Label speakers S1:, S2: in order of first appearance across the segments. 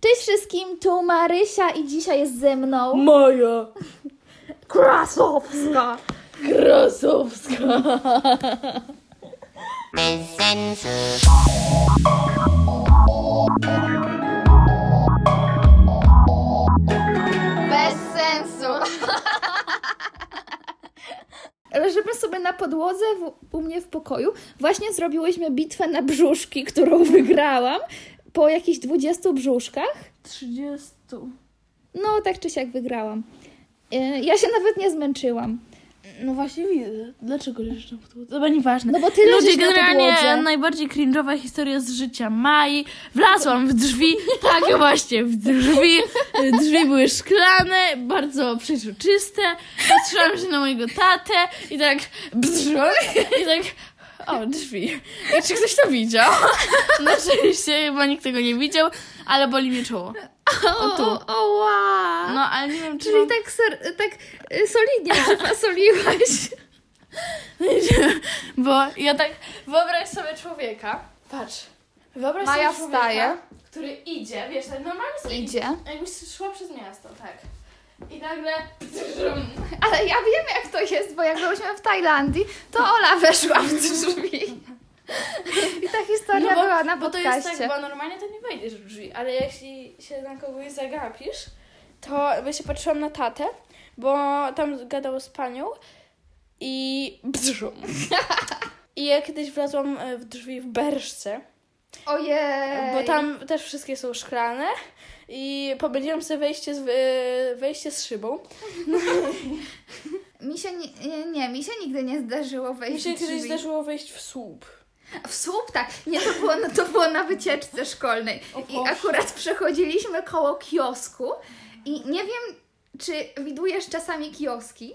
S1: Cześć wszystkim, tu Marysia i dzisiaj jest ze mną
S2: Moja
S1: Krasowska.
S2: Krasowska.
S1: Bez sensu. Leżymy sobie na podłodze w, u mnie w pokoju. Właśnie zrobiłyśmy bitwę na brzuszki, którą wygrałam po jakichś 20 brzuszkach.
S2: 30.
S1: No, tak czy siak wygrałam. Yy, Ja się nawet nie zmęczyłam.
S2: No właśnie widzę. Dlaczego leżysz na podłodze? To nieważne.
S1: No bo ty leżysz
S2: Ludzie,
S1: na
S2: generalnie
S1: podłodze.
S2: najbardziej cringe'owa historia z życia Mai. Wlazłam w drzwi, tak właśnie, w drzwi. Drzwi były szklane, bardzo przeźroczyste. Patrzyłam się na mojego tatę i tak bzdrząc i tak o, drzwi. I czy ktoś to widział? No oczywiście, chyba nikt tego nie widział, ale boli mnie czoło.
S1: O,
S2: tu.
S1: o, oła.
S2: No, ale nie wiem, czy
S1: Czyli
S2: mam...
S1: tak, ser, tak y, solidnie przypasoliłaś.
S2: Bo ja tak wyobraź sobie człowieka. Patrz. Wyobraź
S1: Maja
S2: sobie człowieka,
S1: wstaje.
S2: który idzie, wiesz, tak normalnie sobie
S1: Idzie.
S2: Jakbyś szła przez miasto, tak. I nagle
S1: Ale ja wiem, jak to jest, bo jak byłyśmy w Tajlandii, to Ola weszła w drzwi. I ta historia
S2: No bo-
S1: była na
S2: bo to jest tak,
S1: podcaście.
S2: bo normalnie to nie wejdziesz w drzwi, ale jeśli się na kogoś zagapisz, to bo się patrzyłam na tatę, bo tam gadał z panią i brzum. I ja kiedyś wlazłam e, w drzwi w berszce.
S1: Ojej.
S2: Bo tam też wszystkie są szklane i pomyliłam sobie wejście z, wy- wejście z szybą.
S1: Mi się ni- nie, nie, mi się nigdy nie zdarzyło
S2: Mi
S1: wejść
S2: się
S1: w drzwi.
S2: kiedyś zdarzyło wejść w słup.
S1: W słup, tak. Nie, to było, no, to było na wycieczce szkolnej.
S2: O
S1: I
S2: Boże.
S1: akurat przechodziliśmy koło kiosku i nie wiem, czy widujesz czasami kioski,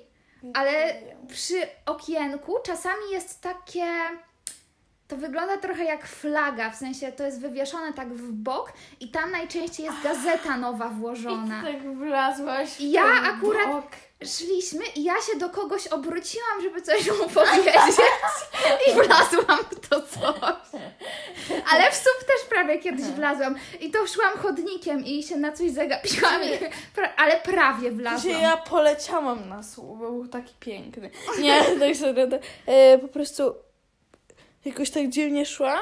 S1: ale przy okienku czasami jest takie. To wygląda trochę jak flaga, w sensie to jest wywieszone tak w bok i tam najczęściej jest gazeta nowa włożona.
S2: I ty tak wlazłaś. w
S1: Ja
S2: ten
S1: akurat-
S2: bok.
S1: Szliśmy i ja się do kogoś obróciłam, żeby coś mu powiedzieć i wlazłam w to coś. Ale w SUP też prawie kiedyś wlazłam i to szłam chodnikiem i się na coś zagapiłam, i pra- ale prawie
S2: Gdzie
S1: wlazłam.
S2: ja poleciałam na słup, bo był taki piękny. Nie, tak sobie to- e, po prostu jakoś tak dziwnie szłam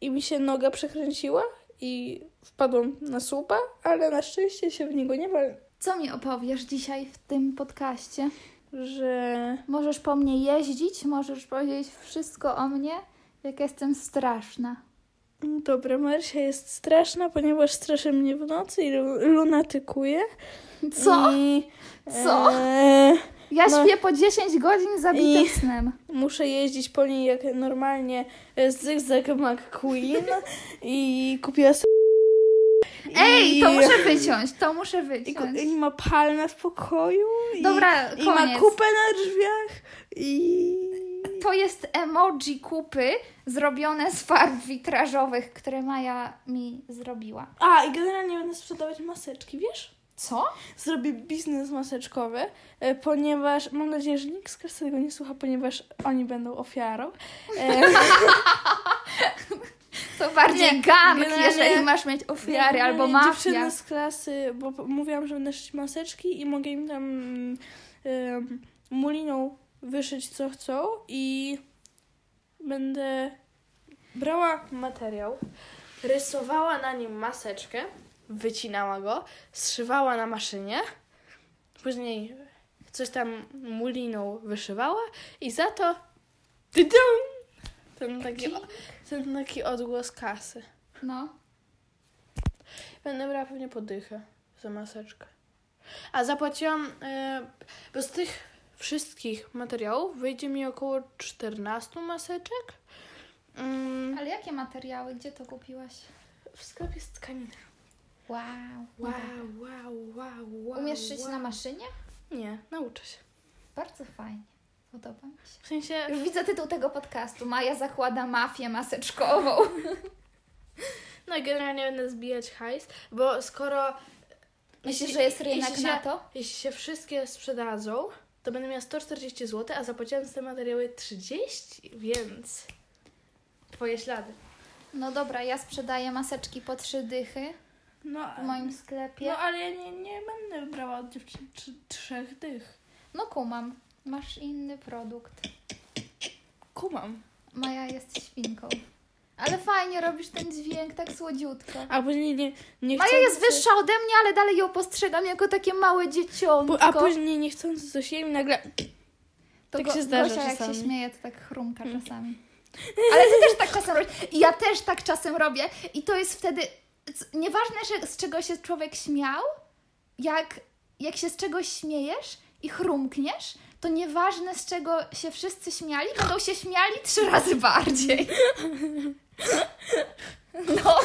S2: i mi się noga przekręciła i wpadłam na słupa, ale na szczęście się w niego nie wal,
S1: Co mi opowiesz dzisiaj w tym podcaście?
S2: że
S1: Możesz po mnie jeździć, możesz powiedzieć wszystko o mnie, jak jestem straszna.
S2: Dobra, Marysia jest straszna, ponieważ straszy mnie w nocy i lu- lunatykuje.
S1: Co?
S2: I,
S1: Co?
S2: E,
S1: Ja
S2: no-
S1: śpię po 10 godzin zabitym
S2: I-
S1: snem.
S2: muszę jeździć po niej jak normalnie e, zygzak McQueen i kupiła sobie...
S1: Ej,
S2: i-
S1: to muszę wyciąć, to muszę
S2: I, ku-
S1: wyciąć.
S2: I ma palmę w pokoju. I,
S1: Dobra,
S2: I
S1: koniec.
S2: ma kupę na drzwiach. I...
S1: To jest emoji kupy zrobione z farb witrażowych, które Maja mi zrobiła.
S2: A, i generalnie będę sprzedawać maseczki, wiesz?
S1: Co?
S2: zrobię biznes maseczkowy, e, ponieważ mam nadzieję, że nikt z klasy tego nie słucha, ponieważ oni będą ofiarą. E,
S1: To bardziej
S2: Nie,
S1: gang,
S2: generalnie-
S1: jeżeli masz mieć ofiary albo mafia.
S2: Dziewczyny z klasy, bo p- mówiłam, że będę szyć maseczki i mogę im tam em, muliną wyszyć co chcą i będę brała materiał, rysowała na nim maseczkę, wycinała go, zszywała na maszynie, później coś tam muliną wyszywała i za to tydum, ten taki, o- ten taki odgłos kasy.
S1: No.
S2: Będę brała pewnie podychę za maseczkę. A zapłaciłam, e, bo z tych wszystkich materiałów wyjdzie mi około 14 maseczek. Mm,
S1: Ale jakie materiały? Gdzie to kupiłaś?
S2: w sklepie z tkaniny.
S1: Wow.
S2: Wow, wow, wow, wow.
S1: Umiesz szyć
S2: wow.
S1: na maszynie?
S2: Nie, nauczę się.
S1: Bardzo fajnie. Podoba mi się.
S2: W sensie,
S1: Już widzę tytuł tego podcastu. Maja zakłada mafię maseczkową.
S2: no i generalnie będę zbijać hajs, bo skoro...
S1: Myślisz, że jest rynek
S2: jeśli się,
S1: na to?
S2: Jeśli się wszystkie sprzedadzą, to będę miała 140 zł, a zapłaciłam za te materiały 30, więc... Twoje ślady.
S1: No dobra, ja sprzedaję maseczki po trzy dychy.
S2: No, a-
S1: w moim sklepie.
S2: no ale ja nie, nie będę brała od dziewczyn tr- trzech dych.
S1: No kumam, masz inny produkt.
S2: Kumam.
S1: Maja jest świnką. Ale fajnie robisz ten dźwięk, tak słodziutko.
S2: A później nie, nie
S1: Maja jest
S2: chcący-
S1: wyższa ode mnie, ale dalej ją postrzegam jako takie małe
S2: Po-
S1: dzieciątko.
S2: A później niechcący coś jem i nagle...
S1: To
S2: tak
S1: Go-
S2: się zdarza
S1: Gosia, jak się
S2: czasami. Hmm.
S1: śmieje, to tak chrumka czasami. Ale ty też tak czasem robisz. I ja też tak czasem robię. I to jest wtedy... c- Nieważne, że z czego się człowiek śmiał, jak, jak się z czegoś śmiejesz i chrumkniesz, to nieważne, z czego się wszyscy śmiali, będą się śmiali trzy razy bardziej. No,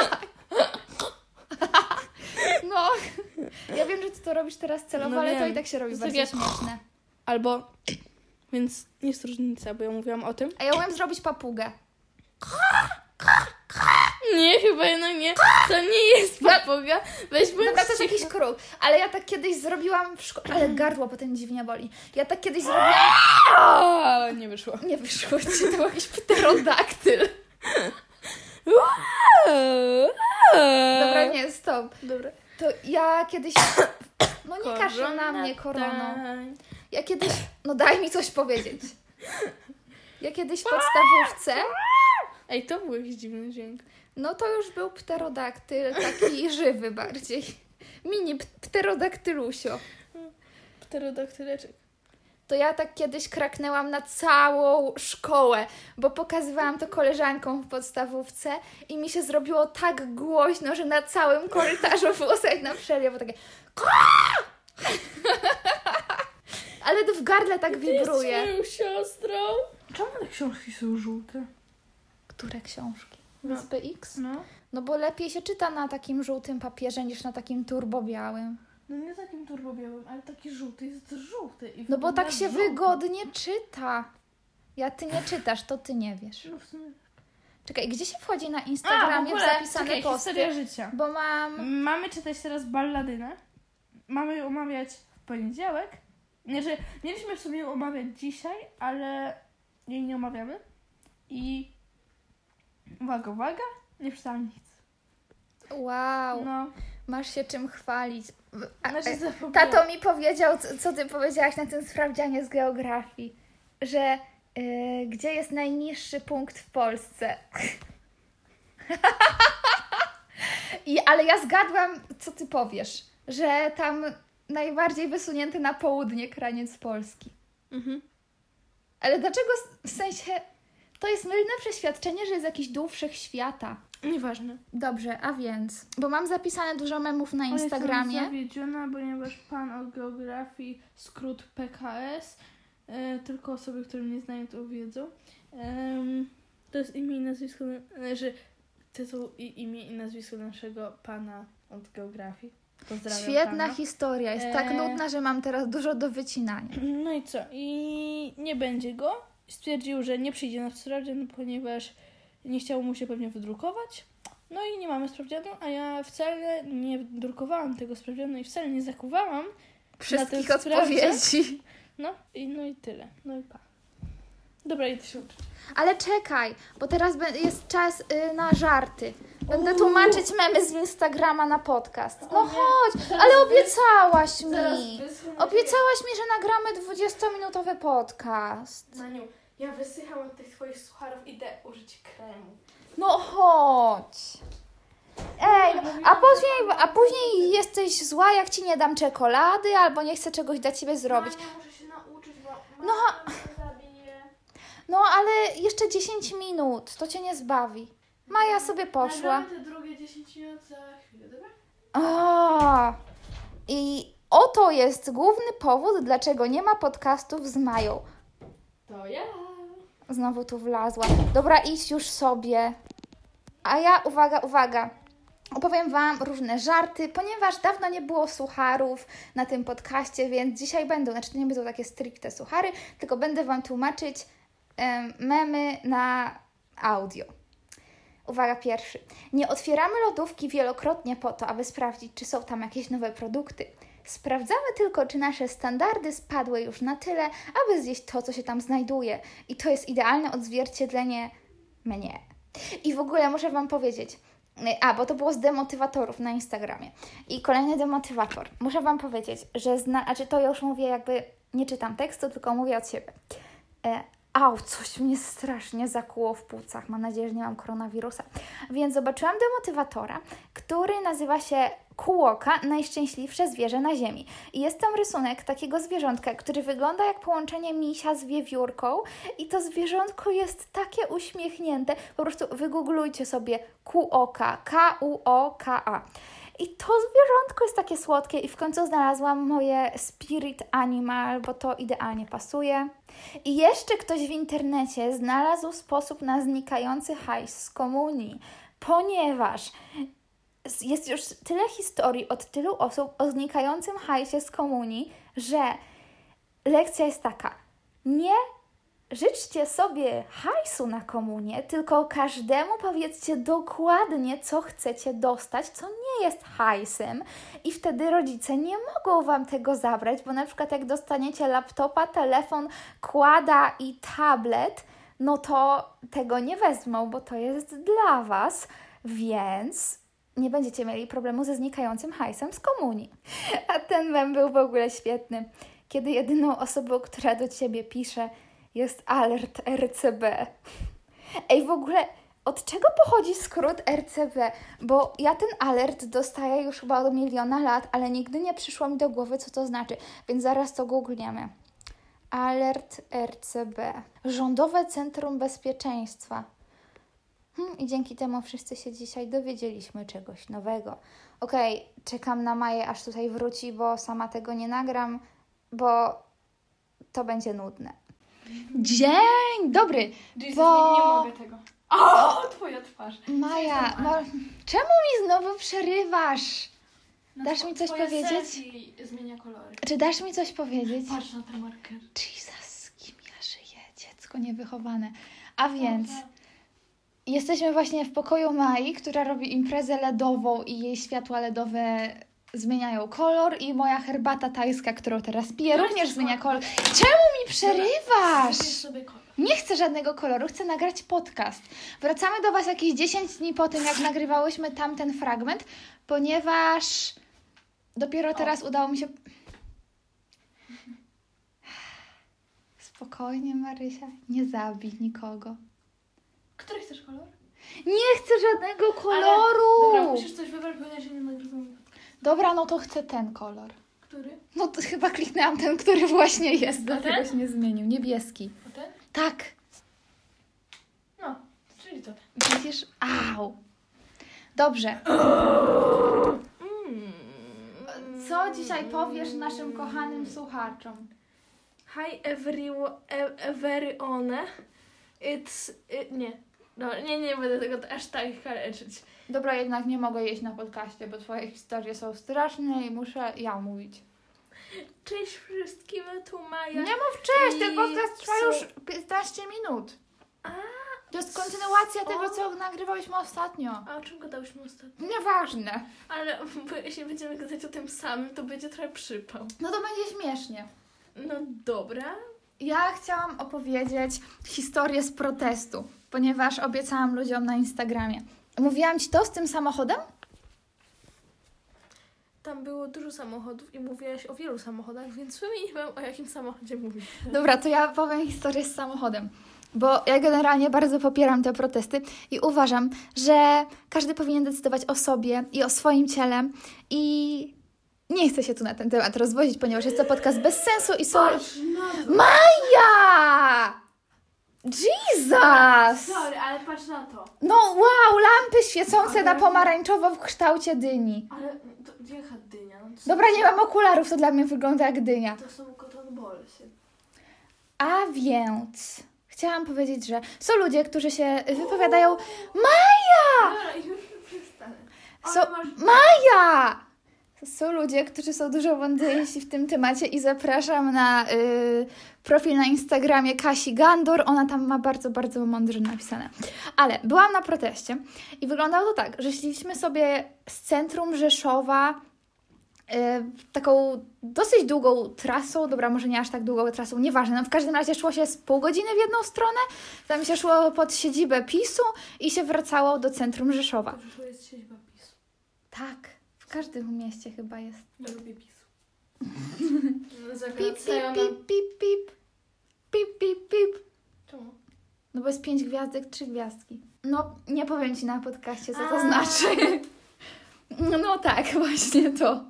S1: tak. No, ja wiem, że ty to robisz teraz celowo,
S2: No
S1: ale to
S2: wiem.
S1: i tak się robi
S2: To jest
S1: bardzo
S2: tak
S1: śmieszne.
S2: Albo... Więc jest różnica, bo ja mówiłam o tym.
S1: A ja umiem zrobić papugę.
S2: Nie, chyba jednak nie. To nie jest papuga. Weźmy
S1: Dobra, to jest jakiś kruk. Ale ja tak kiedyś zrobiłam w szkole... Ale gardło potem dziwnie boli. Ja tak kiedyś zrobiłam...
S2: A, Nie wyszło.
S1: Nie wyszło ci, to był jakiś pterodaktyl. Dobra, nie, stop.
S2: Dobra.
S1: To ja kiedyś... No nie każ na mnie
S2: tak.
S1: koroną.
S2: tań.
S1: Ja kiedyś... No daj mi coś powiedzieć. Ja kiedyś w podstawówce...
S2: Ej, to był jakiś dziwny dźwięk.
S1: No to już był pterodaktyl, taki żywy bardziej. Mini p- pterodaktylusio.
S2: Pterodaktyleczek.
S1: To ja tak kiedyś kraknęłam na całą szkołę, bo pokazywałam to koleżankom w podstawówce i mi się zrobiło tak głośno, że na całym korytarzu było słychać na przerwie, bo takie "Kra!" Ale to w gardle tak wibruje.
S2: moją siostrą. Czemu te książki są żółte?
S1: Które książki?
S2: No.
S1: Wyspy X?
S2: No.
S1: No bo lepiej się czyta na takim żółtym papierze niż na takim turbobiałym.
S2: No nie takim turbobiałym, ale taki żółty jest żółty. I
S1: No bo tak
S2: wygląda
S1: się
S2: żółty.
S1: wygodnie czyta. Ja ty nie czytasz, to ty nie wiesz.
S2: No w sumie...
S1: Czekaj, gdzie się wchodzi na
S2: A, w
S1: Instagramie w
S2: ogóle,
S1: zapisane
S2: czekaj,
S1: posty?
S2: historia Mm. życia.
S1: Bo mam...
S2: Mamy czytać teraz balladynę. Mamy ją omawiać w poniedziałek. Nie, że mieliśmy w sumie ją omawiać dzisiaj, ale jej nie omawiamy. I uwaga, uwaga, nie przeczytałam nic.
S1: Wow,
S2: No,
S1: masz się czym chwalić. A,
S2: znaczy
S1: e,
S2: zapomniałam.
S1: tato mi powiedział, co- co ty powiedziałaś na tym sprawdzianie z geografii, że y, gdzie jest najniższy punkt w Polsce. I, ale ja zgadłam, co ty powiesz, że tam najbardziej wysunięty na południe kraniec Polski.
S2: Mhm.
S1: Ale dlaczego s- w sensie to jest mylne przeświadczenie, że jest jakiś dół wszechświata?
S2: Nieważne.
S1: Dobrze, a więc, bo mam zapisane dużo memów na
S2: Ja
S1: Instagramie.
S2: jestem zawiedziona, ponieważ pan od geografii, skrót PKS, e, tylko osoby, które mnie znają, to wiedzą. Em, to jest imię i nazwisko, e, że tytuł i imię i nazwisko naszego pana od geografii. Pozdrawiam
S1: Świetna
S2: pana.
S1: historia, jest tak
S2: Eee.
S1: nudna, że mam teraz dużo do wycinania.
S2: No i co? I nie będzie go. Stwierdził, że nie przyjdzie na sprawdzian, ponieważ nie chciało mu się pewnie wydrukować. No i nie mamy sprawdzianu, a ja wcale nie drukowałam tego sprawdzianu i wcale nie zakuwałam.
S1: Wszystkich
S2: tym sprawdzę.
S1: odpowiedzi.
S2: No i, no i tyle. No i pa. Dobra, idę się uczyć.
S1: Ale czekaj, bo teraz be- jest czas y, na żarty. Będę
S2: Uuu.
S1: tłumaczyć memy z Instagrama na podcast.
S2: O
S1: No
S2: nie,
S1: chodź,
S2: zaraz
S1: ale
S2: wy-
S1: obiecałaś
S2: Zaraz
S1: mi.
S2: wyschnę.
S1: Obiecałaś mi, że nagramy 20-minutowy podcast.
S2: Na nią. Ja wysycham od tych twoich sucharów, idę użyć kremu.
S1: No chodź. Ej, no, a później, a później jesteś zła, jak ci nie dam czekolady, albo nie chcę czegoś dla ciebie zrobić.
S2: Mania, muszę się nauczyć, bo
S1: No.
S2: mama mnie zabije.
S1: No ale jeszcze 10 minut, to cię nie zbawi. Maja sobie poszła.
S2: Nagramy te drugie 10 minut za chwilę, dobra?
S1: A, I oto jest główny powód, dlaczego nie ma podcastów z Mają.
S2: To ja.
S1: Znowu tu wlazła. Dobra, idź już sobie. A ja, uwaga, uwaga. Opowiem Wam różne żarty, ponieważ dawno nie było sucharów na tym podcaście, więc dzisiaj będą, znaczy to nie będą takie stricte suchary, tylko będę Wam tłumaczyć em, memy na audio. Uwaga pierwszy. Nie otwieramy lodówki wielokrotnie po to, aby sprawdzić, czy są tam jakieś nowe produkty. Sprawdzamy tylko, czy nasze standardy spadły już na tyle, aby zjeść to, co się tam znajduje. I to jest idealne odzwierciedlenie mnie. I w ogóle muszę Wam powiedzieć, y, A, bo to było z demotywatorów na Instagramie. I kolejny demotywator. Muszę Wam powiedzieć, że zna... Znaczy to już mówię jakby... Nie czytam tekstu, tylko mówię od siebie. E, au, coś mnie strasznie zakuło w płucach. Mam nadzieję, że nie mam koronawirusa. Więc zobaczyłam demotywatora, który nazywa się Kółoka, najszczęśliwsze zwierzę na ziemi. I jest tam rysunek takiego zwierzątka, który wygląda jak połączenie misia z wiewiórką i to zwierzątko jest takie uśmiechnięte. Po prostu wygooglujcie sobie Kółoka, K-U-O-K-A. I to zwierzątko jest takie słodkie i w końcu znalazłam moje spirit animal, bo to idealnie pasuje. I jeszcze ktoś w internecie znalazł sposób na znikający hajs z komunii, ponieważ jest już tyle historii od tylu osób o znikającym hajsie z komunii, że lekcja jest taka. Nie życzcie sobie hajsu na komunie, tylko każdemu powiedzcie dokładnie, co chcecie dostać, co nie jest hajsem, i wtedy rodzice nie mogą wam tego zabrać, bo na przykład jak dostaniecie laptopa, telefon, kłada i tablet, no to tego nie wezmą, bo to jest dla was, więc nie będziecie mieli problemu ze znikającym hajsem z komunii. A ten mem był w ogóle świetny. Kiedy jedyną osobą, która do ciebie pisze, jest alert RCB. Ej, w ogóle od czego pochodzi skrót RCB? Bo ja ten alert dostaję już chyba od miliona lat, ale nigdy nie przyszło mi do głowy, co to znaczy, więc zaraz to googlniemy. Alert RCB. Rządowe Centrum Bezpieczeństwa. Hmm, I dzięki temu wszyscy się dzisiaj dowiedzieliśmy czegoś nowego. Okej, czekam na Maję, aż tutaj wróci, bo sama tego nie nagram, bo to będzie nudne. Dzień dobry!
S3: Jesus,
S1: Bo-
S3: nie, nie mogę tego. O, twoja twarz.
S1: Maja,
S3: Jestem
S1: no, czemu mi znowu przerywasz?
S3: No,
S1: Dasz
S3: two-
S1: mi coś
S3: twoja
S1: powiedzieć?
S3: selfie zmienia kolory.
S1: Czy dasz mi coś powiedzieć?
S3: Patrz na ten marker.
S1: Jesus, z kim ja żyję? Dziecko niewychowane. A więc jesteśmy właśnie w pokoju Mai, która robi imprezę LEDową i jej światła LEDowe zmieniają kolor i moja herbata tajska, którą teraz piję,
S3: Dobra,
S1: również
S3: chcesz
S1: zmienia
S3: kolor?
S1: kolor. Czemu mi
S3: Wybierz
S1: przerywasz?
S3: sobie kolor.
S1: Nie chcę żadnego koloru, chcę nagrać podcast. Wracamy do Was jakieś 10 dni po tym, jak nagrywałyśmy tamten fragment, ponieważ dopiero teraz udało mi się. Spokojnie, Marysia, nie zabij nikogo.
S3: Który chcesz kolor?
S1: Nie chcę żadnego
S3: Ale,
S1: koloru!
S3: dobra, musisz coś wybrać, bo inaczej nie nagrywamy.
S1: Dobra, no to chcę ten kolor.
S3: Który?
S1: No to chyba kliknęłam ten, który właśnie jest, dlatego
S3: ten?
S1: się nie zmienił. Niebieski.
S3: O ten?
S1: Tak.
S3: No, czyli to ten.
S1: Widzisz? Au. Dobrze. Mm. Co dzisiaj powiesz naszym kochanym słuchaczom?
S2: Hi everyone, everyone. It's... y, nie. No, nie, nie będę tego aż tak kaleczyć.
S1: Dobra, jednak nie mogę jeść na podcaście, bo twoje historie są straszne i muszę ja mówić.
S2: Cześć wszystkim, tu Maja.
S1: Nie mów cześć, ten
S2: I
S1: podcast trwa
S2: co?
S1: już 15 minut.
S2: A.
S1: To jest kontynuacja
S2: O.
S1: tego, co nagrywałyśmy ostatnio.
S2: A o czym gadałyśmy ostatnio?
S1: Nieważne.
S2: Ale bo jeśli będziemy gadać o tym samym, to będzie trochę przypał.
S1: No to będzie śmiesznie.
S2: No dobra.
S1: Ja chciałam opowiedzieć historię z protestu, ponieważ obiecałam ludziom na Instagramie. Mówiłam ci to z tym samochodem?
S2: Tam było dużo samochodów i mówiłaś o wielu samochodach, więc w sumie nie wiem o jakim samochodzie mówisz.
S1: Dobra, to ja powiem historię z samochodem. Bo ja generalnie bardzo popieram te protesty i uważam, że każdy powinien decydować o sobie i o swoim ciele. I nie chcę się tu na ten temat rozwozić, ponieważ jest to podcast bez sensu i są. Maja! Jesus!
S2: Tak.
S3: Sorry, ale patrz na to.
S1: No wow, lampy świecące
S3: Ale-
S1: na pomarańczowo w kształcie dyni.
S3: Ale to, jaka dynia? No, to są-
S1: Dobra, nie mam okularów, to dla mnie wygląda jak dynia.
S3: To są cotton ballsy.
S1: A więc chciałam powiedzieć, że są ludzie, którzy się wypowiadają
S2: Tak.
S1: Maja!
S3: Dobra, już przestanę. Ale
S1: Są,
S3: masz...
S1: Maja! Są ludzie, którzy są dużo mądrzejsi w tym temacie i zapraszam na y, profil na Instagramie Kasi Gandor. Ona tam ma bardzo, bardzo mądrze napisane. Ale byłam na proteście i wyglądało to tak, że szliśmy sobie z centrum Rzeszowa e, taką dosyć długą trasą, dobra, może nie aż tak długą trasą, nieważne. No, w każdym razie szło się z pół godziny w jedną stronę, tam się szło pod siedzibę PiSu i się wracało do centrum Rzeszowa.
S3: Dobrze, to jest siedziba PiSu.
S1: Tak, w każdym mieście chyba jest.
S3: Ja lubię PiSu.
S1: Pip,
S3: Zagracają
S1: pip,
S3: nam...
S1: pip, pip, pip, pip, pip, pip.
S3: Czemu?
S1: No bo jest pięć gwiazdek, trzy gwiazdki. No, nie powiem Ci na podcaście, co to
S3: A.
S1: znaczy. No tak, właśnie to.
S3: Okej.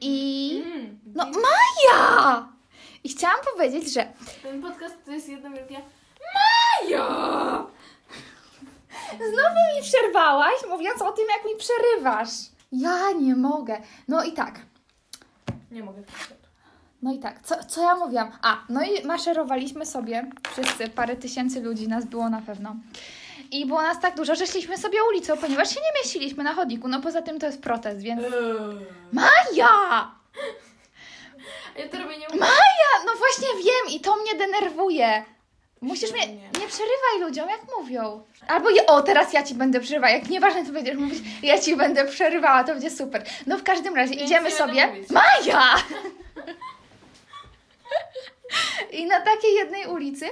S1: I...
S3: Mm.
S1: No Maja! I chciałam powiedzieć, że
S3: Ten podcast to jest jedna wielka...
S1: znowu mi przerwałaś, mówiąc o tym, jak mi przerywasz. Ja nie mogę. No i tak,
S2: Nie mogę.
S1: no i tak, co, co ja mówiłam? A, no i maszerowaliśmy sobie, wszyscy, parę tysięcy ludzi nas było na pewno. I było nas tak dużo, że szliśmy sobie ulicą, ponieważ się nie mieściliśmy na chodniku. No poza tym to jest protest, więc... Maja!
S3: Ja to robię nie
S1: No właśnie wiem i to mnie denerwuje. Musisz mnie.
S2: Nie.
S1: Nie przerywaj ludziom, jak mówią. Albo je, o, teraz ja ci będę przerywała. Jak nieważne to będziesz mówić, ja ci będę przerywała, to będzie super. No w każdym razie
S3: Więc
S1: idziemy
S3: nie będę
S1: sobie.
S3: mówić.
S1: Maja! I na takiej jednej ulicy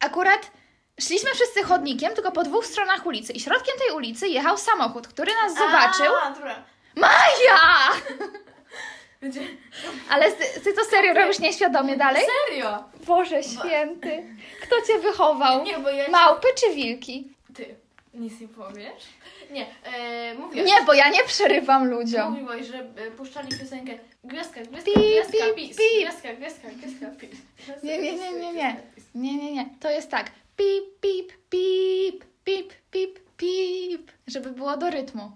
S1: akurat szliśmy wszyscy chodnikiem, tylko po dwóch stronach ulicy. I środkiem tej ulicy jechał samochód, który nas zobaczył.
S3: A, dobra.
S1: Maja!
S3: Będzie...
S1: Ale ty, ty to serio robisz nieświadomie dalej?
S3: Serio?
S1: Boże święty, kto cię wychował?
S3: Nie, bo ja...
S1: Małpy czy wilki?
S3: Ty. Nic nie powiesz? Nie, e, mówię.
S1: Nie, bo ja nie przerywam ludziom.
S3: Mówiłaś, że e, puszczali piosenkę Gwiazdka, gwiazdka,
S1: Pip,
S3: gwiazdka,
S1: pip,
S3: pis,
S1: pip.
S3: gwiazdka, gwiazdka, gwiazdka, pis. Gwiazdka,
S1: Nie, nie, nie,
S3: gwiazdka,
S1: nie, nie.
S3: gwiazdka, pis.
S1: Nie, nie, nie, to jest tak. Pip, pip, pip, pip, pip, pip, żeby było do rytmu.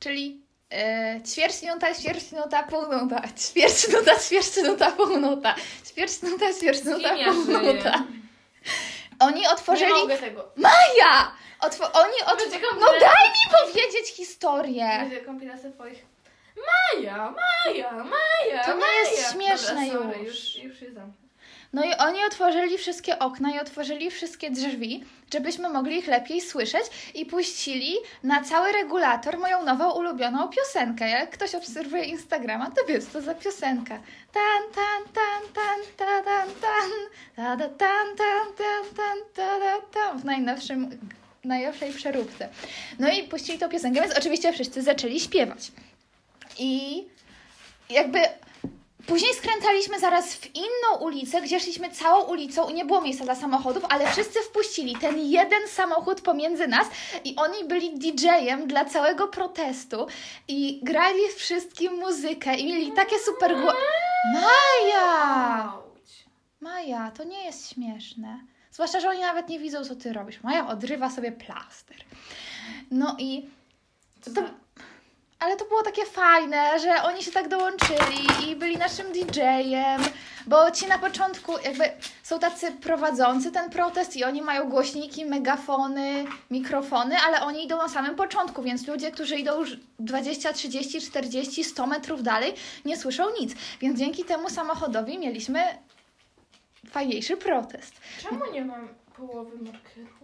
S1: Czyli e, ćwierć nuta, ćwierć nuta, pół nuta, ćwierć nuta, ćwierć nuta, pół nuta, ćwierć nuta, ćwierć nuta,
S3: kim ja
S1: pół
S3: żyję?
S1: nuta. Oni otworzyli...
S3: Nie mogę tego.
S1: Maja! Otwo... Oni
S3: Będzie
S1: otworzyli... No
S3: kompilacja-
S1: daj mi powiedzieć historię!
S3: Będzie kompilacja twoich Maja, Maja, Maja,
S1: To nie
S3: Maja.
S1: jest śmieszne
S3: Dobra, sorry,
S1: już.
S3: już. Już się zamknę.
S1: No i oni otworzyli wszystkie okna i otworzyli wszystkie drzwi, żebyśmy mogli ich lepiej słyszeć i puścili na cały regulator moją nową ulubioną piosenkę. Jak ktoś obserwuje Instagrama, to wie, co to za piosenka. Tan, tan, tan, tan, ta, tan, tan, ta, da, tan, tan, tan, tan, ta, da, tan, w najnowszym, najnowszej przeróbce. No i puścili tą piosenkę, więc oczywiście wszyscy zaczęli śpiewać. I jakby Później skręcaliśmy zaraz w inną ulicę, gdzie szliśmy całą ulicą i nie było miejsca dla samochodów, ale wszyscy wpuścili ten jeden samochód pomiędzy nas i oni byli DJ-em dla całego protestu i grali wszystkim muzykę i mieli takie super głosy. Maja!
S3: Auć.
S1: Maja, to nie jest śmieszne. Zwłaszcza, że oni nawet nie widzą, co ty robisz. Maja odrywa sobie plaster. No i
S3: Co
S1: to,
S3: za-
S1: ale to było takie fajne, że oni się tak dołączyli i byli naszym DJ-em, bo ci na początku jakby są tacy prowadzący ten protest i oni mają głośniki, megafony, mikrofony, ale oni idą na samym początku, więc ludzie, którzy idą już 20, 30, 40, 100 metrów dalej, nie słyszą nic. Więc dzięki temu samochodowi mieliśmy fajniejszy protest,
S3: Czemu nie mam połowy markerów?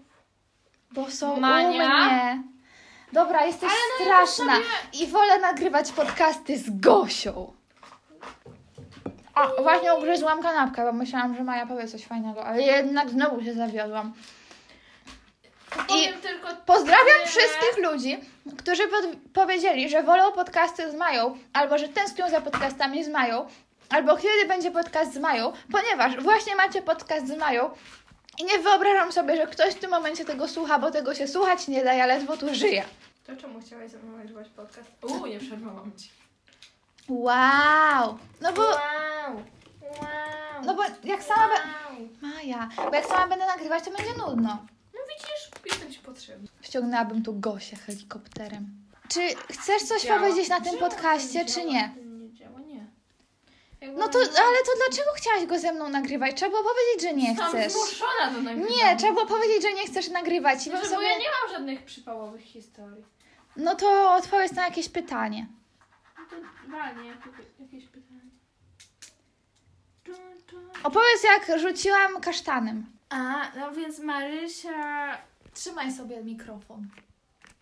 S1: bo są
S3: Mania?
S1: u mnie. Dobra, jesteś straszna. I wolę nagrywać podcasty z Gosią. A, właśnie ugryzłam kanapkę, bo myślałam, że Maja powie coś fajnego, ale jednak znowu się zawiodłam.
S3: To powiem tylko...
S1: Pozdrawiam
S3: Nie.
S1: wszystkich ludzi, którzy pod- powiedzieli, że wolą podcasty z Mają, albo że tęsknią za podcastami z Mają, albo kiedy będzie podcast z Mają, ponieważ właśnie macie podcast z Mają i nie wyobrażam sobie, że ktoś w tym momencie tego słucha, bo tego się słuchać nie da, ja ledwo tu żyję.
S3: To czemu chciałaś ze mną nagrywać podcast? Uuu, nie przerwałam ci.
S1: Wow! No bo,
S3: Wow, wow.
S1: no bo jak sama... Be-
S3: Wow.
S1: Maja, bo jak sama będę nagrywać, to będzie nudno.
S3: No widzisz, jestem ci potrzebna.
S1: Wciągnęłabym tu Gosię helikopterem. Czy chcesz coś
S3: Działa.
S1: powiedzieć na tym
S3: Działa,
S1: podcaście, czy nie?
S3: Nie działa, nie. Jakby
S1: No to,
S3: ona-
S1: ale to dlaczego chciałaś go ze mną nagrywać? Trzeba było powiedzieć, że nie
S3: Zostałam
S1: chcesz.
S3: zmuszona do nagrywania.
S1: Nie, trzeba było powiedzieć, że nie chcesz nagrywać. I bym
S3: Może, bo ja
S1: sobie...
S3: nie mam żadnych przypałowych historii.
S1: No to odpowiedz na jakieś pytanie.
S3: No to walnie, jakie- jakieś pytanie. Tu, tu.
S1: Opowiedz, jak rzuciłam kasztanem.
S3: A, no więc Marysia...
S1: Trzymaj sobie mikrofon.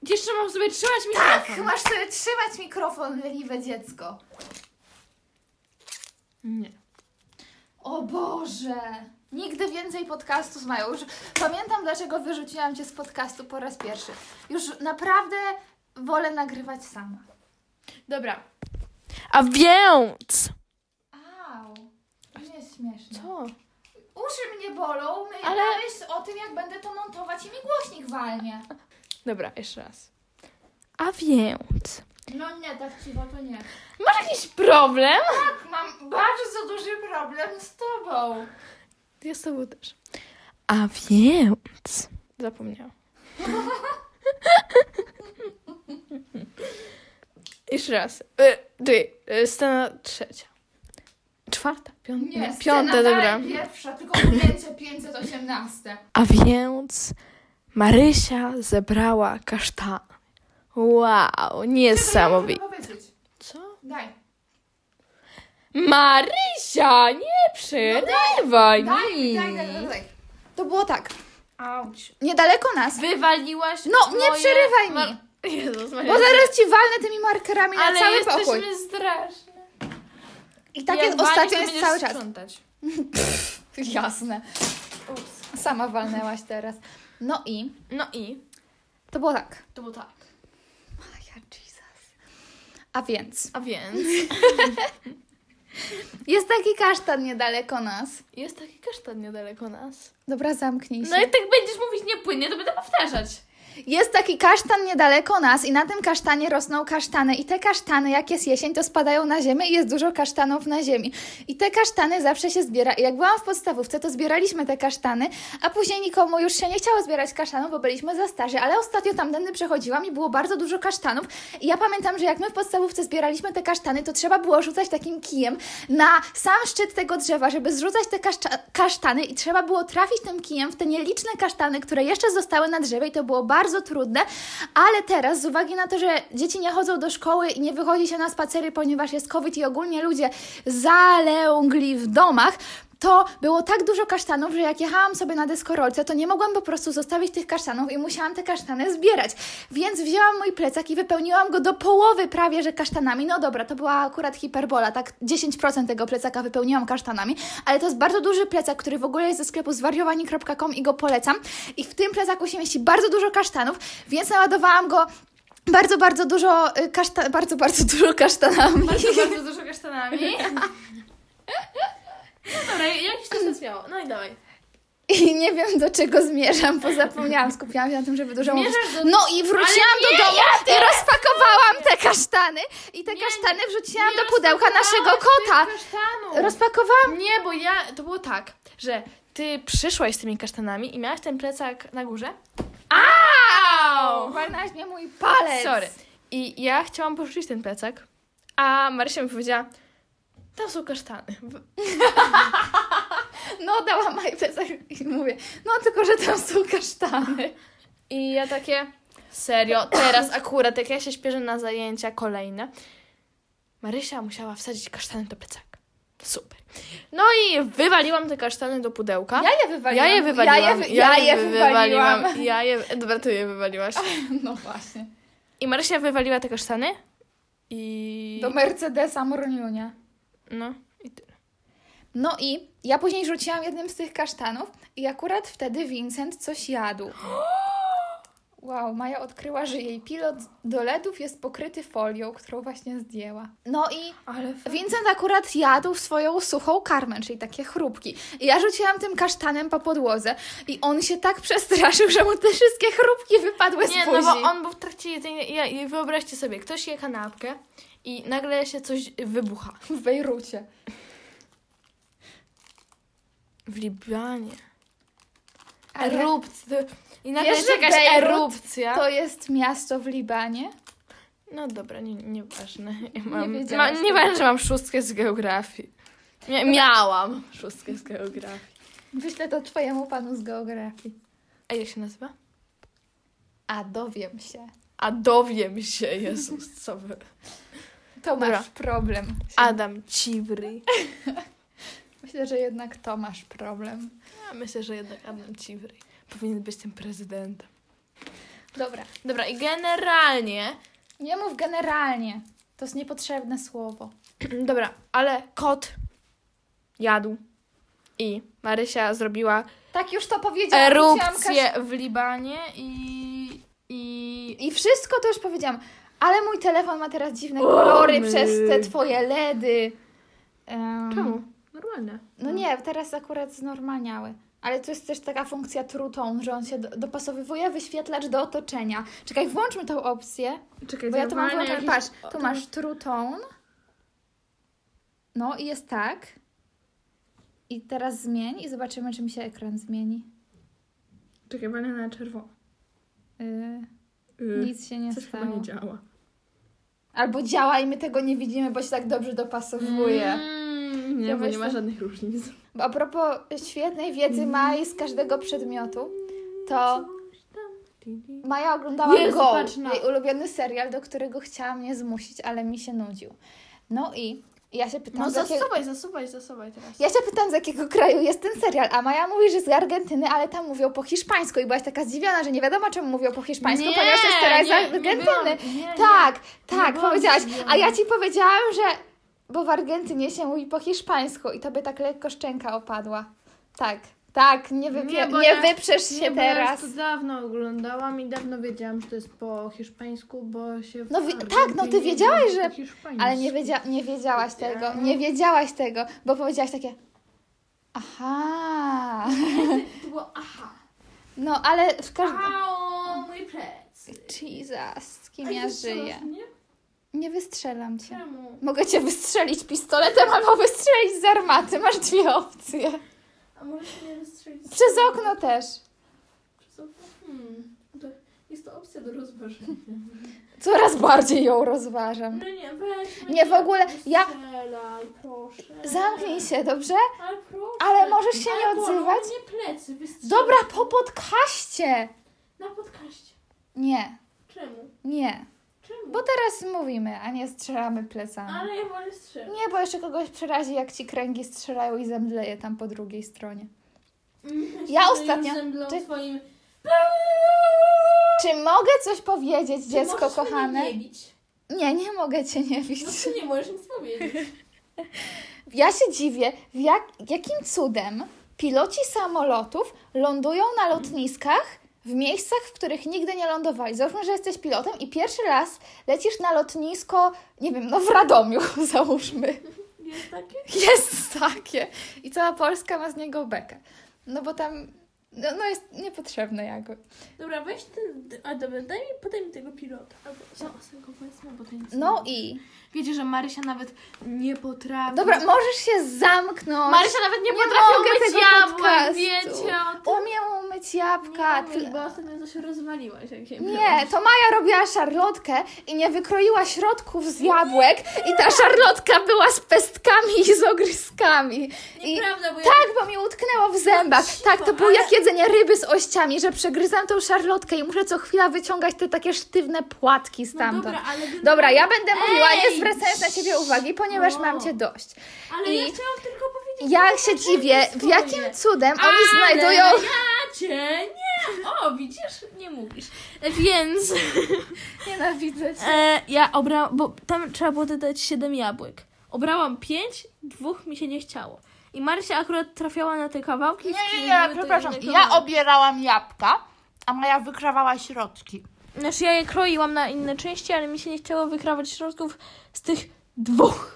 S3: Jeszcze mam sobie trzymać mikrofon.
S1: Masz sobie trzymać mikrofon, leniwe dziecko.
S3: Nie.
S1: O Boże! Nigdy więcej podcastu z Mają. Już pamiętam, dlaczego wyrzuciłam Cię z podcastu po raz pierwszy. Już naprawdę wolę nagrywać sama.
S3: Dobra.
S2: A więc!
S1: Au, nie jest śmieszne.
S2: Co?
S1: Uszy mnie bolą, my
S2: Ale-
S1: Ale... myśl o tym, jak będę to montować i mi głośnik walnie.
S2: Dobra, jeszcze raz. A więc.
S1: No nie, tak cicho to nie.
S2: Masz jakiś problem?
S1: Tak, mam bardzo duży problem z Tobą.
S2: Ja z tobą też. A więc. Zapomniałam. Jeszcze raz. E, Ty, e, scena trzecia. Czwarta, piąta.
S1: Nie,
S2: Nie,
S1: scena
S2: piąta,
S1: dalej
S2: dobra.
S1: pierwsza, tylko ujęcie 518.
S2: A więc Marysia zebrała kasztan. Wow, niesamowite.
S1: Czego ja muszę powiedzieć?
S2: Co?
S1: Daj,
S2: Marysia, nie przerywaj
S1: daj,
S2: mi.
S1: daj, daj, daj, daj. To było tak.
S3: Auć.
S1: Niedaleko nas.
S3: Wywaliłaś
S1: No, nie
S3: moje-
S1: przerywaj
S3: Ma-
S1: mi.
S2: Jezus Maria.
S1: Bo zaraz ci walnę tymi markerami na
S3: Ale
S1: cały
S3: jesteśmy
S1: pokój.
S3: straszne.
S1: I tak
S3: Jak
S1: jest
S3: walisz,
S1: ostatnio
S3: to
S1: jest
S3: będziesz
S1: cały czas.
S3: sprzątać.
S1: Jasne.
S3: Ups.
S1: Sama walnęłaś teraz. No i
S3: No i?
S1: to było tak.
S3: To było tak.
S1: Maja Jesus. A więc,
S3: A więc?
S1: jest taki kasztan niedaleko nas.
S2: Jest taki kasztan niedaleko nas.
S1: Dobra, zamknij się.
S3: No i tak będziesz mówić niepłynnie, to będę powtarzać.
S1: Jest taki kasztan niedaleko nas i na tym kasztanie rosną kasztany. I te kasztany, jak jest jesień, to spadają na ziemię i jest dużo kasztanów na ziemi. I te kasztany zawsze się zbiera. I jak byłam w podstawówce, to zbieraliśmy te kasztany, a później nikomu już się nie chciało zbierać kasztanów, bo byliśmy za starzy. Ale ostatnio tamtędy przechodziłam i było bardzo dużo kasztanów. I ja pamiętam, że jak my w podstawówce zbieraliśmy te kasztany, to trzeba było rzucać takim kijem na sam szczyt tego drzewa, żeby zrzucać te kaszcza- kasztany i trzeba było trafić tym kijem w te nieliczne kasztany, które jeszcze zostały na drzewie i to było bardzo trudne, ale teraz z uwagi na to, że dzieci nie chodzą do szkoły i nie wychodzi się na spacery, ponieważ jest COVID i ogólnie ludzie zalęgli w domach, to było tak dużo kasztanów, że jak jechałam sobie na deskorolce, to nie mogłam po prostu zostawić tych kasztanów i musiałam te kasztany zbierać. Więc wzięłam mój plecak i wypełniłam go do połowy prawie, że kasztanami. No dobra, to była akurat hiperbola, tak 10% tego plecaka wypełniłam kasztanami, ale to jest bardzo duży plecak, który w ogóle jest ze sklepu zwariowani.com i go polecam. I w tym plecaku się mieści bardzo dużo kasztanów, więc naładowałam go bardzo, bardzo dużo y, kaszta- bardzo, bardzo dużo kasztanami.
S3: Bardzo, bardzo dużo kasztanami. No Dobra, jakiś to sens miało. No i dawaj.
S1: I nie wiem do czego zmierzam, bo zapomniałam, skupiłam się na tym, żeby dużo mówić.
S3: Zmierzasz do...
S1: No i wróciłam
S3: Ale nie,
S1: do domu i rozpakowałam te kasztany i te
S3: Nie,
S1: kasztany wrzuciłam
S3: nie
S1: do pudełka naszego kota.
S3: Kasztanu.
S1: Rozpakowałam.
S3: Nie, bo ja... To było tak, że ty przyszłaś z tymi kasztanami i miałaś ten plecak na górze. Au!
S1: Walnałaś mnie mój palec.
S3: Sorry. I ja chciałam pożyczyć ten plecak, a Marysia mi powiedziała, tam są kasztany.
S1: No dałam maj plecak i mówię, no tylko, że tam są kasztany.
S3: I ja takie, serio, teraz akurat jak ja się śpieszę na zajęcia kolejne, Marysia musiała wsadzić kasztany do plecaka. Super. No i wywaliłam te kasztany do pudełka.
S1: je
S3: Ja
S1: wywaliłam.
S3: je wywaliłam.
S1: Ja je, wy- ja je wywaliłam.
S3: Ja je... Dobra, ty je wywaliłaś.
S1: No właśnie.
S3: I Marysia wywaliła te kasztany i...
S1: Do Mercedesa Morniunia.
S3: No. I tyle.
S1: No i ja później rzuciłam jednym z tych kasztanów i akurat wtedy Vincent coś jadł. Wow, Maja odkryła, że jej pilot do ledów jest pokryty folią, którą właśnie zdjęła. No i
S3: Ale
S1: Vincent akurat jadł swoją suchą karmę, czyli takie chrupki. I ja rzuciłam tym kasztanem po podłodze i on się tak przestraszył, że mu te wszystkie chrupki wypadły z
S3: Nie,
S1: buzi.
S3: no bo on był w trakcie jedzenia i ja- i wyobraźcie sobie, ktoś je kanapkę i nagle się coś wybucha.
S1: w Bejrucie.
S3: W Libanie.
S1: Ale
S3: Erupcja. I nagle jest
S1: Wiesz, że
S3: jakaś
S1: Bejrut
S3: erupcja.
S1: to jest miasto w Libanie?
S3: No dobra, nie- nieważne. Nie mam... nie ma,
S1: wiedziałaś tego.
S3: nieważne, że mam szóstkę z geografii. Nie, miałam szóstkę z geografii.
S1: Wyślę to twojemu panu z geografii.
S3: A jak się nazywa?
S1: A dowiem się.
S3: A dowiem się, Jezus, co wy.
S1: To masz
S3: Dobra.
S1: problem.
S3: Adam Civry.
S1: Myślę, że jednak to masz problem.
S3: Ja myślę, że jednak Adam Civry powinien być tym prezydentem.
S1: Dobra.
S3: Dobra, i generalnie.
S1: Nie mów generalnie. To jest niepotrzebne słowo.
S3: Dobra, ale kot jadł. I Marysia zrobiła
S1: Tak już to powiedziałam. chciałam
S3: erupcję w Libanie i. i.
S1: każ- I wszystko to już powiedziałam. Ale mój telefon ma teraz dziwne kolory
S3: my.
S1: przez te twoje LEDy. Em,
S3: Czemu? Normalne.
S1: No nie, teraz akurat znormalniały. Ale to jest też taka funkcja trutą, że on się do, dopasowywuje wyświetlacz do otoczenia. Czekaj, włączmy tą opcję.
S3: Czekaj,
S1: Bo ja to mam
S3: normalne
S1: włączone. Patrz,
S3: jakieś-
S1: tu masz True Tone. No i jest tak. I teraz zmień i zobaczymy, czy mi się ekran zmieni.
S3: Czekaj, będę na czerwono.
S1: Yy,
S3: Yy,
S1: nic się nie stało.
S3: działa.
S1: Albo działa i my tego nie widzimy, bo się tak dobrze dopasowuje.
S3: Mm, nie,
S1: Ja
S3: bo nie ma
S1: myślę-
S3: żadnych różnic.
S1: Bo a propos świetnej
S3: Mhm.
S1: wiedzy Mai z każdego przedmiotu, to Maja oglądała
S3: Jezu,
S1: Go,
S3: patrz na-
S1: jej ulubiony serial, do którego chciała mnie zmusić, ale mi się nudził. No i ja się pytam,
S3: No
S1: z jakiego-
S3: zasuwaj, zasuwaj, zasuwaj teraz.
S1: Ja się pytam, z jakiego kraju jest ten serial, a Maja mówi, że z Argentyny, ale tam mówią po hiszpańsku i byłaś taka zdziwiona, że nie wiadomo, czemu mówią po hiszpańsku,
S3: Nie,
S1: ponieważ to jest serial
S3: nie,
S1: z
S3: nie
S1: Argentyny.
S3: byłam- nie, nie.
S1: tak, tak,
S3: byłam
S1: powiedziałaś.
S3: zdziwiona.
S1: A ja ci powiedziałam, że bo w Argentynie się mówi po hiszpańsku i tobie tak lekko szczęka opadła. Tak, tak, nie, wypie...
S2: Nie,
S1: nie,
S2: bo ja-
S1: wyprzesz się
S2: Nie, bo ja już
S1: teraz.
S2: to dawno oglądałam i dawno wiedziałam, że to jest po hiszpańsku, bo się w
S1: No wi-
S2: Argentynie
S1: tak, no ty wiedziałaś,
S2: mówi po
S1: że-
S2: hiszpańsku.
S1: Ale nie, wiedzia... nie wiedziałaś tego, nie wiedziałaś tego, bo powiedziałaś takie aha.
S2: To było aha.
S1: No ale w każdym...
S2: Au, mój plec.
S1: Jesus, z kim
S2: Ej,
S1: ja
S2: wystrzelasz
S1: żyję.
S2: mnie?
S1: Nie wystrzelam cię.
S2: Czemu?
S1: Mogę cię wystrzelić pistoletem albo wystrzelić z armaty. Masz dwie opcje.
S2: A możesz mnie wystrzelić? z-
S1: Przez okno też.
S2: przez okno? Hmm. To jest to opcja do rozważenia.
S1: Coraz bardziej ją rozważam.
S2: No nie, weź mnie.
S1: Nie, w ogóle ja-
S2: Strzelaj, proszę.
S1: Zamknij się, dobrze?
S2: Ale proszę.
S1: Ale możesz się nie
S2: Ale bolą
S1: odzywać?
S2: mnie plecy, wystrzelaj.
S1: Dobra, po podkaście.
S2: Na podkaście.
S1: Nie,
S2: Czemu?
S1: nie.
S2: Czemu?
S1: Bo teraz mówimy, a nie strzelamy plecami.
S2: Ale ja wolę strzelać.
S1: Nie, bo jeszcze kogoś przerazi, jak ci kręgi strzelają i zemdleje tam po drugiej stronie. Ja ostatnio-
S2: Mm. Zemdlą
S1: Czy-
S2: swoim...
S1: Czy mogę coś powiedzieć,
S2: Czy
S1: dziecko
S2: możesz mnie
S1: kochane?
S2: Nie, bić?
S1: Nie, nie mogę cię nie bić.
S2: No ty nie możesz nic powiedzieć.
S1: Ja się dziwię, w jak, jakim cudem piloci samolotów lądują na lotniskach w miejscach, w których nigdy nie lądowali. Załóżmy, że jesteś pilotem i pierwszy raz lecisz na lotnisko, nie wiem, no w Radomiu, załóżmy.
S2: Jest takie?
S1: Jest takie. I cała Polska ma z niego bekę. No bo tam, no, no jest niepotrzebne jakby.
S2: Dobra, weź ten... A dobra, daj mi, podaj mi tego pilota. Albo co, osenko powiedzmy, bo to nic
S1: No
S2: nie-
S1: i,
S2: Wiecie, że Marysia nawet nie potrafi... No,
S1: dobra, możesz się zamknąć.
S3: Marysia nawet nie,
S1: Nie
S3: potrafi
S1: mogę
S3: umyć
S1: tego
S3: jabłek,
S1: podcastu.
S3: wiecie o
S1: Umiem umyć jabłka.
S2: Nie,
S1: tyle-
S2: bo ostatnio to się rozwaliłaś. Jak się
S1: Nie, to Maja robiła szarlotkę i nie wykroiła środków z jabłek i ta szarlotka była z pestkami i z ogryskami. I
S2: Nieprawda, bo ja...
S1: tak, bo mi utknęło w zębach. Tak, to było jak jedzenie ryby z ościami, że przegryzam tą szarlotkę i muszę co chwila wyciągać te takie sztywne płatki
S2: No
S1: stamtąd.
S2: dobra, ale... gdy-
S1: Dobra, ja będę mówiła, nie
S2: Ej!
S1: zwracając na ciebie uwagi, ponieważ
S2: No.
S1: mam cię dość.
S2: Ale ja
S1: i-
S2: chciałam tylko powiedzieć...
S1: Ja
S2: że
S1: się
S2: to
S1: dziwię, w
S2: wszystko
S1: jakim
S2: jest.
S1: cudem oni
S3: Ale
S1: znajdują...
S2: Ja cię nie... O, widzisz? Nie mówisz.
S3: Więc
S1: Nienawidzę cię.
S3: e, ja obrałam, bo tam trzeba było dodać 7 jabłek. Obrałam 5, dwóch mi się nie chciało. I Marysia akurat trafiała na te kawałki.
S4: Nie, nie,
S3: wkleiły
S4: nie,
S3: te
S4: przepraszam.
S3: inne
S4: Ja
S3: kawałki.
S4: obierałam jabłka, a Maja wykrawała środki.
S3: Znaczy ja je kroiłam na inne części, ale mi się nie chciało wykrawać środków z tych dwóch.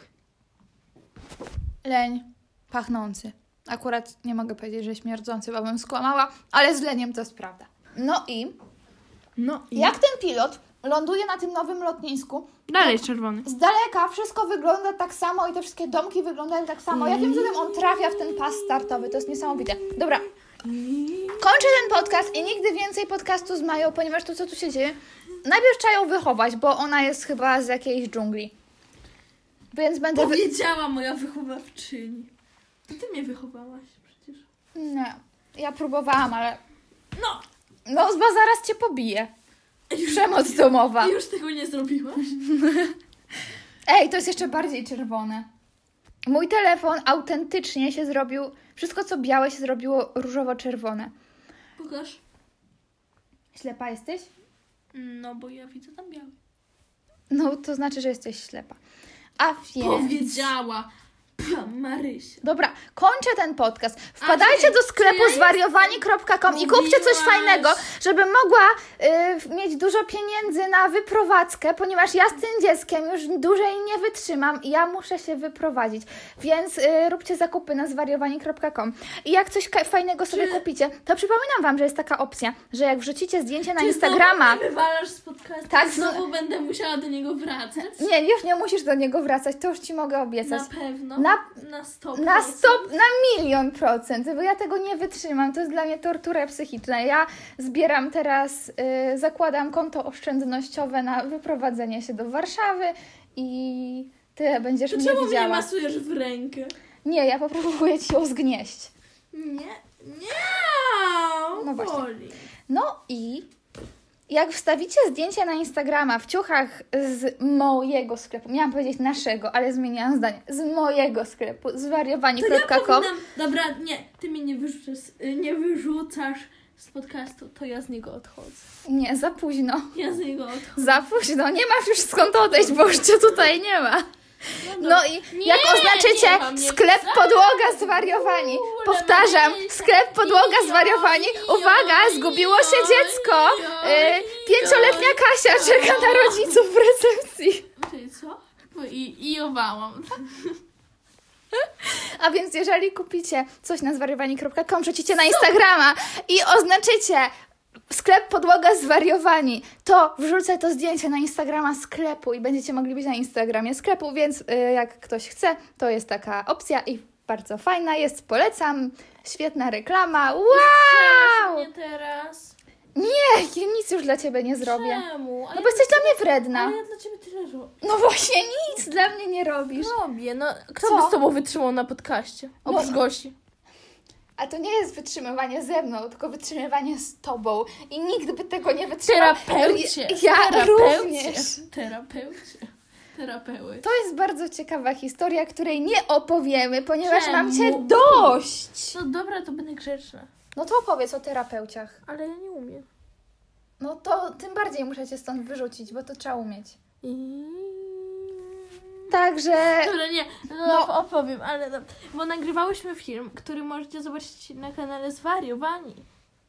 S1: Leń pachnący. Akurat nie mogę powiedzieć, że śmierdzący, bo bym skłamała, ale z leniem to jest prawda. No i
S3: No
S1: jak ten pilot ląduje na tym nowym lotnisku,
S3: Dalej czerwony.
S1: z daleka wszystko wygląda tak samo i te wszystkie domki wyglądają tak samo. Jakim cudem on trafia w ten pas startowy? To jest niesamowite. Dobra. Kończę ten podcast i nigdy więcej podcastu z Mają, ponieważ to, co tu się dzieje, najpierw trzeba ją wychować, bo ona jest chyba z jakiejś dżungli. Więc będę... Wy...
S2: Powiedziała moja wychowawczyni. To ty mnie wychowałaś przecież.
S1: Nie, ja próbowałam, ale
S2: No!
S1: No, bo zaraz cię pobije. Przemoc domowa.
S2: I już tego nie zrobiłaś?
S1: Ej, to jest jeszcze bardziej czerwone. Mój telefon autentycznie się zrobił. Wszystko, co białe, się zrobiło różowo-czerwone.
S2: Pokaż.
S1: Ślepa jesteś?
S2: No bo ja widzę tam biały.
S1: No to znaczy, że jesteś ślepa. A więc...
S2: Powiedziała Pah, Marysia.
S1: Dobra, kończę ten podcast. Wpadajcie do sklepu
S2: czy ja
S1: zwariowani.com i kupcie coś
S2: Mówiłaś.
S1: fajnego, żeby mogła y, mieć dużo pieniędzy na wyprowadzkę, ponieważ ja z tym dzieckiem już dłużej nie wytrzymam i ja muszę się wyprowadzić. Więc y, róbcie zakupy na zwariowani.com. I jak coś ka- fajnego sobie kupicie, to przypominam Wam, że jest taka opcja, że jak wrzucicie zdjęcie na
S2: Czy
S1: Instagrama.
S2: Znowu mnie wywalasz z podcastu.
S1: Tak,
S2: Znowu będę musiała do niego wracać.
S1: Nie, już nie musisz do niego wracać, to już Ci mogę obiecać.
S2: Na pewno.
S1: Na-
S2: na stop.
S1: Na stop, na milion procent, bo ja tego nie wytrzymam. To jest dla mnie tortura psychiczna. Ja zbieram teraz, y, zakładam konto oszczędnościowe na wyprowadzenie się do Warszawy i ty będziesz
S2: To
S1: mnie
S2: czemu mnie
S1: widziała.
S2: masujesz w rękę?
S1: Nie, ja popróbuję ci ją zgnieść.
S2: Nie, nie.
S1: No właśnie.
S2: Boli.
S1: No i jak wstawicie zdjęcie na Instagrama w ciuchach z mojego sklepu, miałam powiedzieć naszego, ale zmieniłam zdanie, z mojego sklepu, zwariowani.com,
S2: Powinnam, dobra, nie, ty mnie nie wyrzucasz, y, nie wyrzucasz z podcastu, to ja z niego odchodzę.
S1: nie, za późno.
S2: Ja z niego odchodzę.
S1: Za późno, no nie masz już skąd odejść, bo już cię tutaj nie ma. No i jak oznaczycie
S2: nie mam, nie
S1: sklep podłoga zwariowani,
S2: no
S1: powtarzam, sklep podłoga zwariowani, uwaga, zgubiło się dziecko, y, pięcioletnia Kasia czeka na rodziców w recepcji.
S2: Czyli co? Bo I, I owałam.
S1: A więc jeżeli kupicie coś na zwariowani.com, rzucicie na Instagrama i oznaczycie sklep podłoga zwariowani, to wrzucę to zdjęcie na Instagrama sklepu i będziecie mogli być na Instagramie sklepu, więc y, jak ktoś chce, to jest taka opcja i bardzo fajna jest, polecam. Świetna reklama. Wow!
S2: Nie teraz.
S1: Ech, ja nic już dla ciebie nie zrobię.
S2: Czemu? A
S1: No
S2: ja,
S1: bo jesteś dla mnie wredna.
S2: ale ja dla ciebie tyle robię.
S1: No właśnie nic dla mnie nie robisz.
S3: Robię, no.
S1: by Co? z
S3: tobą wytrzymał na podcaście?
S2: No.
S1: Oprócz
S3: Gosi.
S1: A to nie jest wytrzymywanie ze mną, tylko wytrzymywanie z tobą. I nikt by tego nie wytrzymał.
S2: Terapeucie.
S1: Ja
S2: Terapeucie.
S1: również.
S2: Terapeucie. Terapeut.
S1: To jest bardzo ciekawa historia, której nie opowiemy, ponieważ mam cię
S2: Czemu?
S1: dość.
S2: No dobra, to będę grzeczna.
S1: No to opowiedz o terapeuciach.
S2: Ale ja nie umiem.
S1: No to tym bardziej muszę cię stąd wyrzucić, bo to trzeba umieć. Także
S2: Dobra, nie, no,
S1: No.
S2: opowiem, ale no, bo nagrywałyśmy film, który możecie zobaczyć na kanale Zwariowani.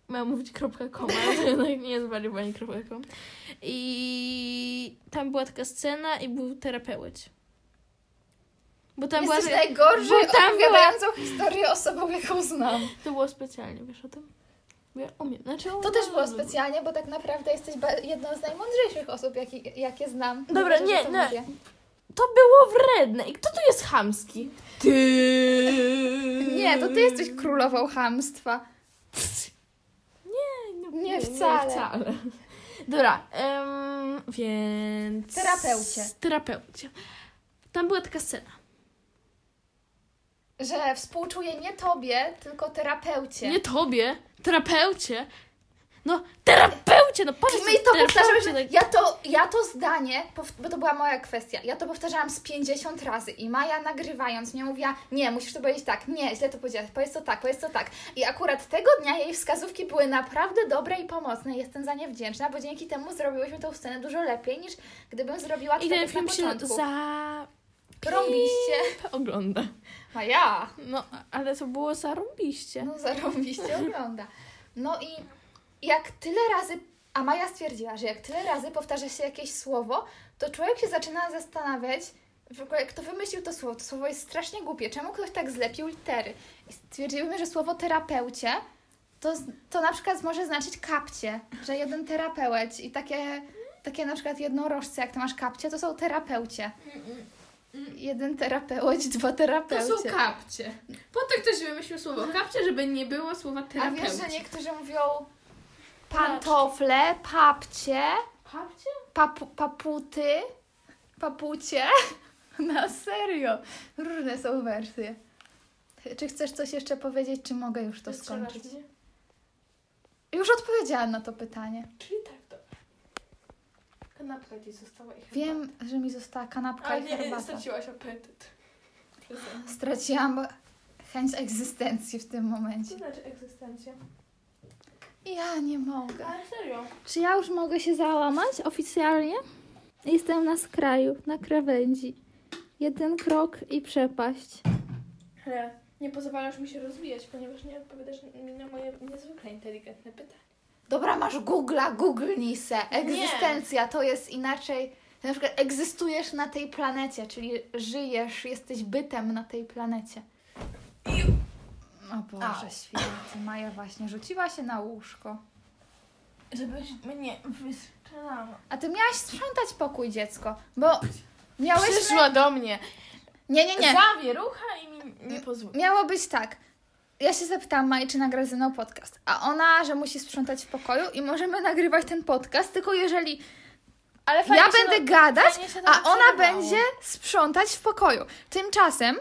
S2: Miałam mówić .com, ale to jednak nie zwariowani.com. I tam była taka scena i był terapeuć. Bo tam
S1: jesteś
S2: była...
S1: najgorzej
S2: bo tam
S1: opowiadającą historię osobą, jaką znam.
S2: To było specjalnie, wiesz o tym? Ja umiem. Znaczy,
S1: To
S2: umiem.
S1: też było specjalnie, bo tak naprawdę jesteś ba- jedną z najmądrzejszych osób, jakie, jakie znam.
S3: Dobra,
S1: Wierzę, że
S3: nie,
S1: to
S3: nie.
S1: mówię.
S3: To było wredne. I kto tu jest chamski? Ty.
S1: Nie, to ty jesteś królową chamstwa.
S2: Nie,
S1: Nie, wcale.
S2: wcale.
S3: Dobra, em, więc...
S1: Terapeucie.
S2: Terapeucie. Tam była taka scena.
S1: Że współczuję nie tobie, tylko terapeucie.
S2: Nie tobie, terapeucie. No, terapeucie, no powiedz.
S1: I my to
S2: terapeucie,
S1: powtarzamy,
S2: tak.
S1: ja to, ja to zdanie, pow- bo to była moja kwestia, ja to powtarzałam z 50 razy i Maja nagrywając mnie mówiła, nie, musisz to powiedzieć tak, nie, źle to powiedziałaś, powiedz to tak, powiedz to tak. I akurat tego dnia jej wskazówki były naprawdę dobre i pomocne, jestem za nie wdzięczna, bo dzięki temu zrobiłyśmy tą scenę dużo lepiej niż gdybym zrobiła to
S2: I
S1: tak
S2: ten
S1: jak na
S2: film się
S1: początku.
S2: za...
S1: Robiście.
S2: ogląda.
S1: Maja,
S2: No, ale to było zarąbiście.
S1: no zarobiście ogląda. No i jak tyle razy, a Maja stwierdziła, że jak tyle razy powtarza się jakieś słowo, to człowiek się zaczyna zastanawiać, w ogóle kto wymyślił to słowo. To słowo jest strasznie głupie. Czemu ktoś tak zlepił litery? I stwierdziłyśmy, że słowo terapeucie to, z- to na przykład może znaczyć kapcie, że jeden terapeuć i takie, takie na przykład jednorożce, jak ty masz kapcie, to są terapeucie. Jeden terapeuć, dwa
S2: Mm, To
S1: terapeucie.
S2: są kapcie. Po to ktoś wymyślił słowo kapcie, żeby nie było słowa
S1: A
S2: terapeucie.
S1: wiesz, że niektórzy mówią pantofle, papcie,
S2: Kapcie?
S1: papu, paputy, papucie. Na serio. Różne są wersje. Czy chcesz coś jeszcze powiedzieć, czy mogę już to skończyć? Już odpowiedziałam na to pytanie.
S2: Czyli tak to. Kanapka ci została i
S1: Wiem, że mi została kanapka
S2: A
S1: i
S2: nie,
S1: herbata.
S2: straciłaś apetyt.
S1: Straciłam chęć egzystencji w tym
S2: Co
S1: momencie.
S2: znaczy egzystencja?
S1: Ja nie mogę.
S2: Ale serio.
S5: Czy ja już mogę się załamać oficjalnie? Jestem na skraju, na krawędzi. Jeden krok i przepaść.
S2: Ale nie pozwalasz mi się rozwijać, ponieważ nie odpowiadasz mi na moje niezwykle inteligentne pytania.
S1: Dobra, masz Google'a, googlnij se. Egzystencja to jest inaczej. Na przykład egzystujesz na tej planecie, czyli żyjesz, jesteś bytem na tej planecie. O Boże święty, Maja właśnie rzuciła się na łóżko.
S6: Żebyś mnie wystrzelała.
S1: A ty miałaś sprzątać pokój dziecko, bo miałeś...
S3: Przyszła do mnie.
S1: Nie, nie, nie.
S6: Zawierucha i mi nie pozwól.
S1: Miało być tak. Ja się zapytałam Mai, czy nagra ze mną podcast, a ona, że musi sprzątać w pokoju i możemy nagrywać ten podcast, tylko jeżeli
S6: Ale
S1: ja
S6: fajnie się
S1: będę
S6: na-
S1: gadać,
S6: fajnie się to
S1: a ona
S6: przerywało.
S1: będzie sprzątać w pokoju. Tymczasem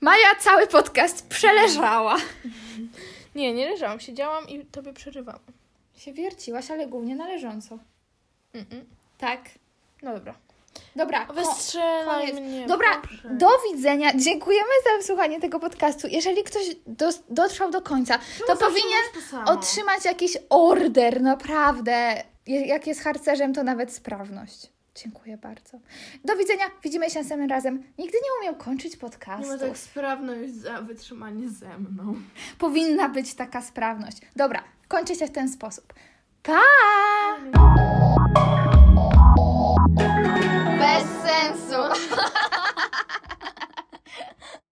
S1: Maja cały podcast przeleżała.
S3: no- Nie, nie leżałam, siedziałam i tobie przerywałam.
S1: Się wierciłaś, ale głównie należąco.
S3: Mm-mm.
S1: Tak.
S3: No dobra.
S1: Dobra, ko-
S3: Wystrzelaj
S1: koniec.
S3: mnie.
S1: Dobra, do widzenia. Dziękujemy za wysłuchanie tego podcastu. Jeżeli ktoś dos- dotrwał do końca, to powinien
S6: No.
S1: otrzymać jakiś order, naprawdę. Je- Jak jest harcerzem, to nawet sprawność. Dziękuję bardzo. Do widzenia. Widzimy się następnym razem. Nigdy nie umiem kończyć
S6: Nie ma
S1: podcastu.
S6: tak sprawność za wytrzymanie ze mną.
S1: Powinna być taka sprawność. Dobra, kończy się w ten sposób. Pa!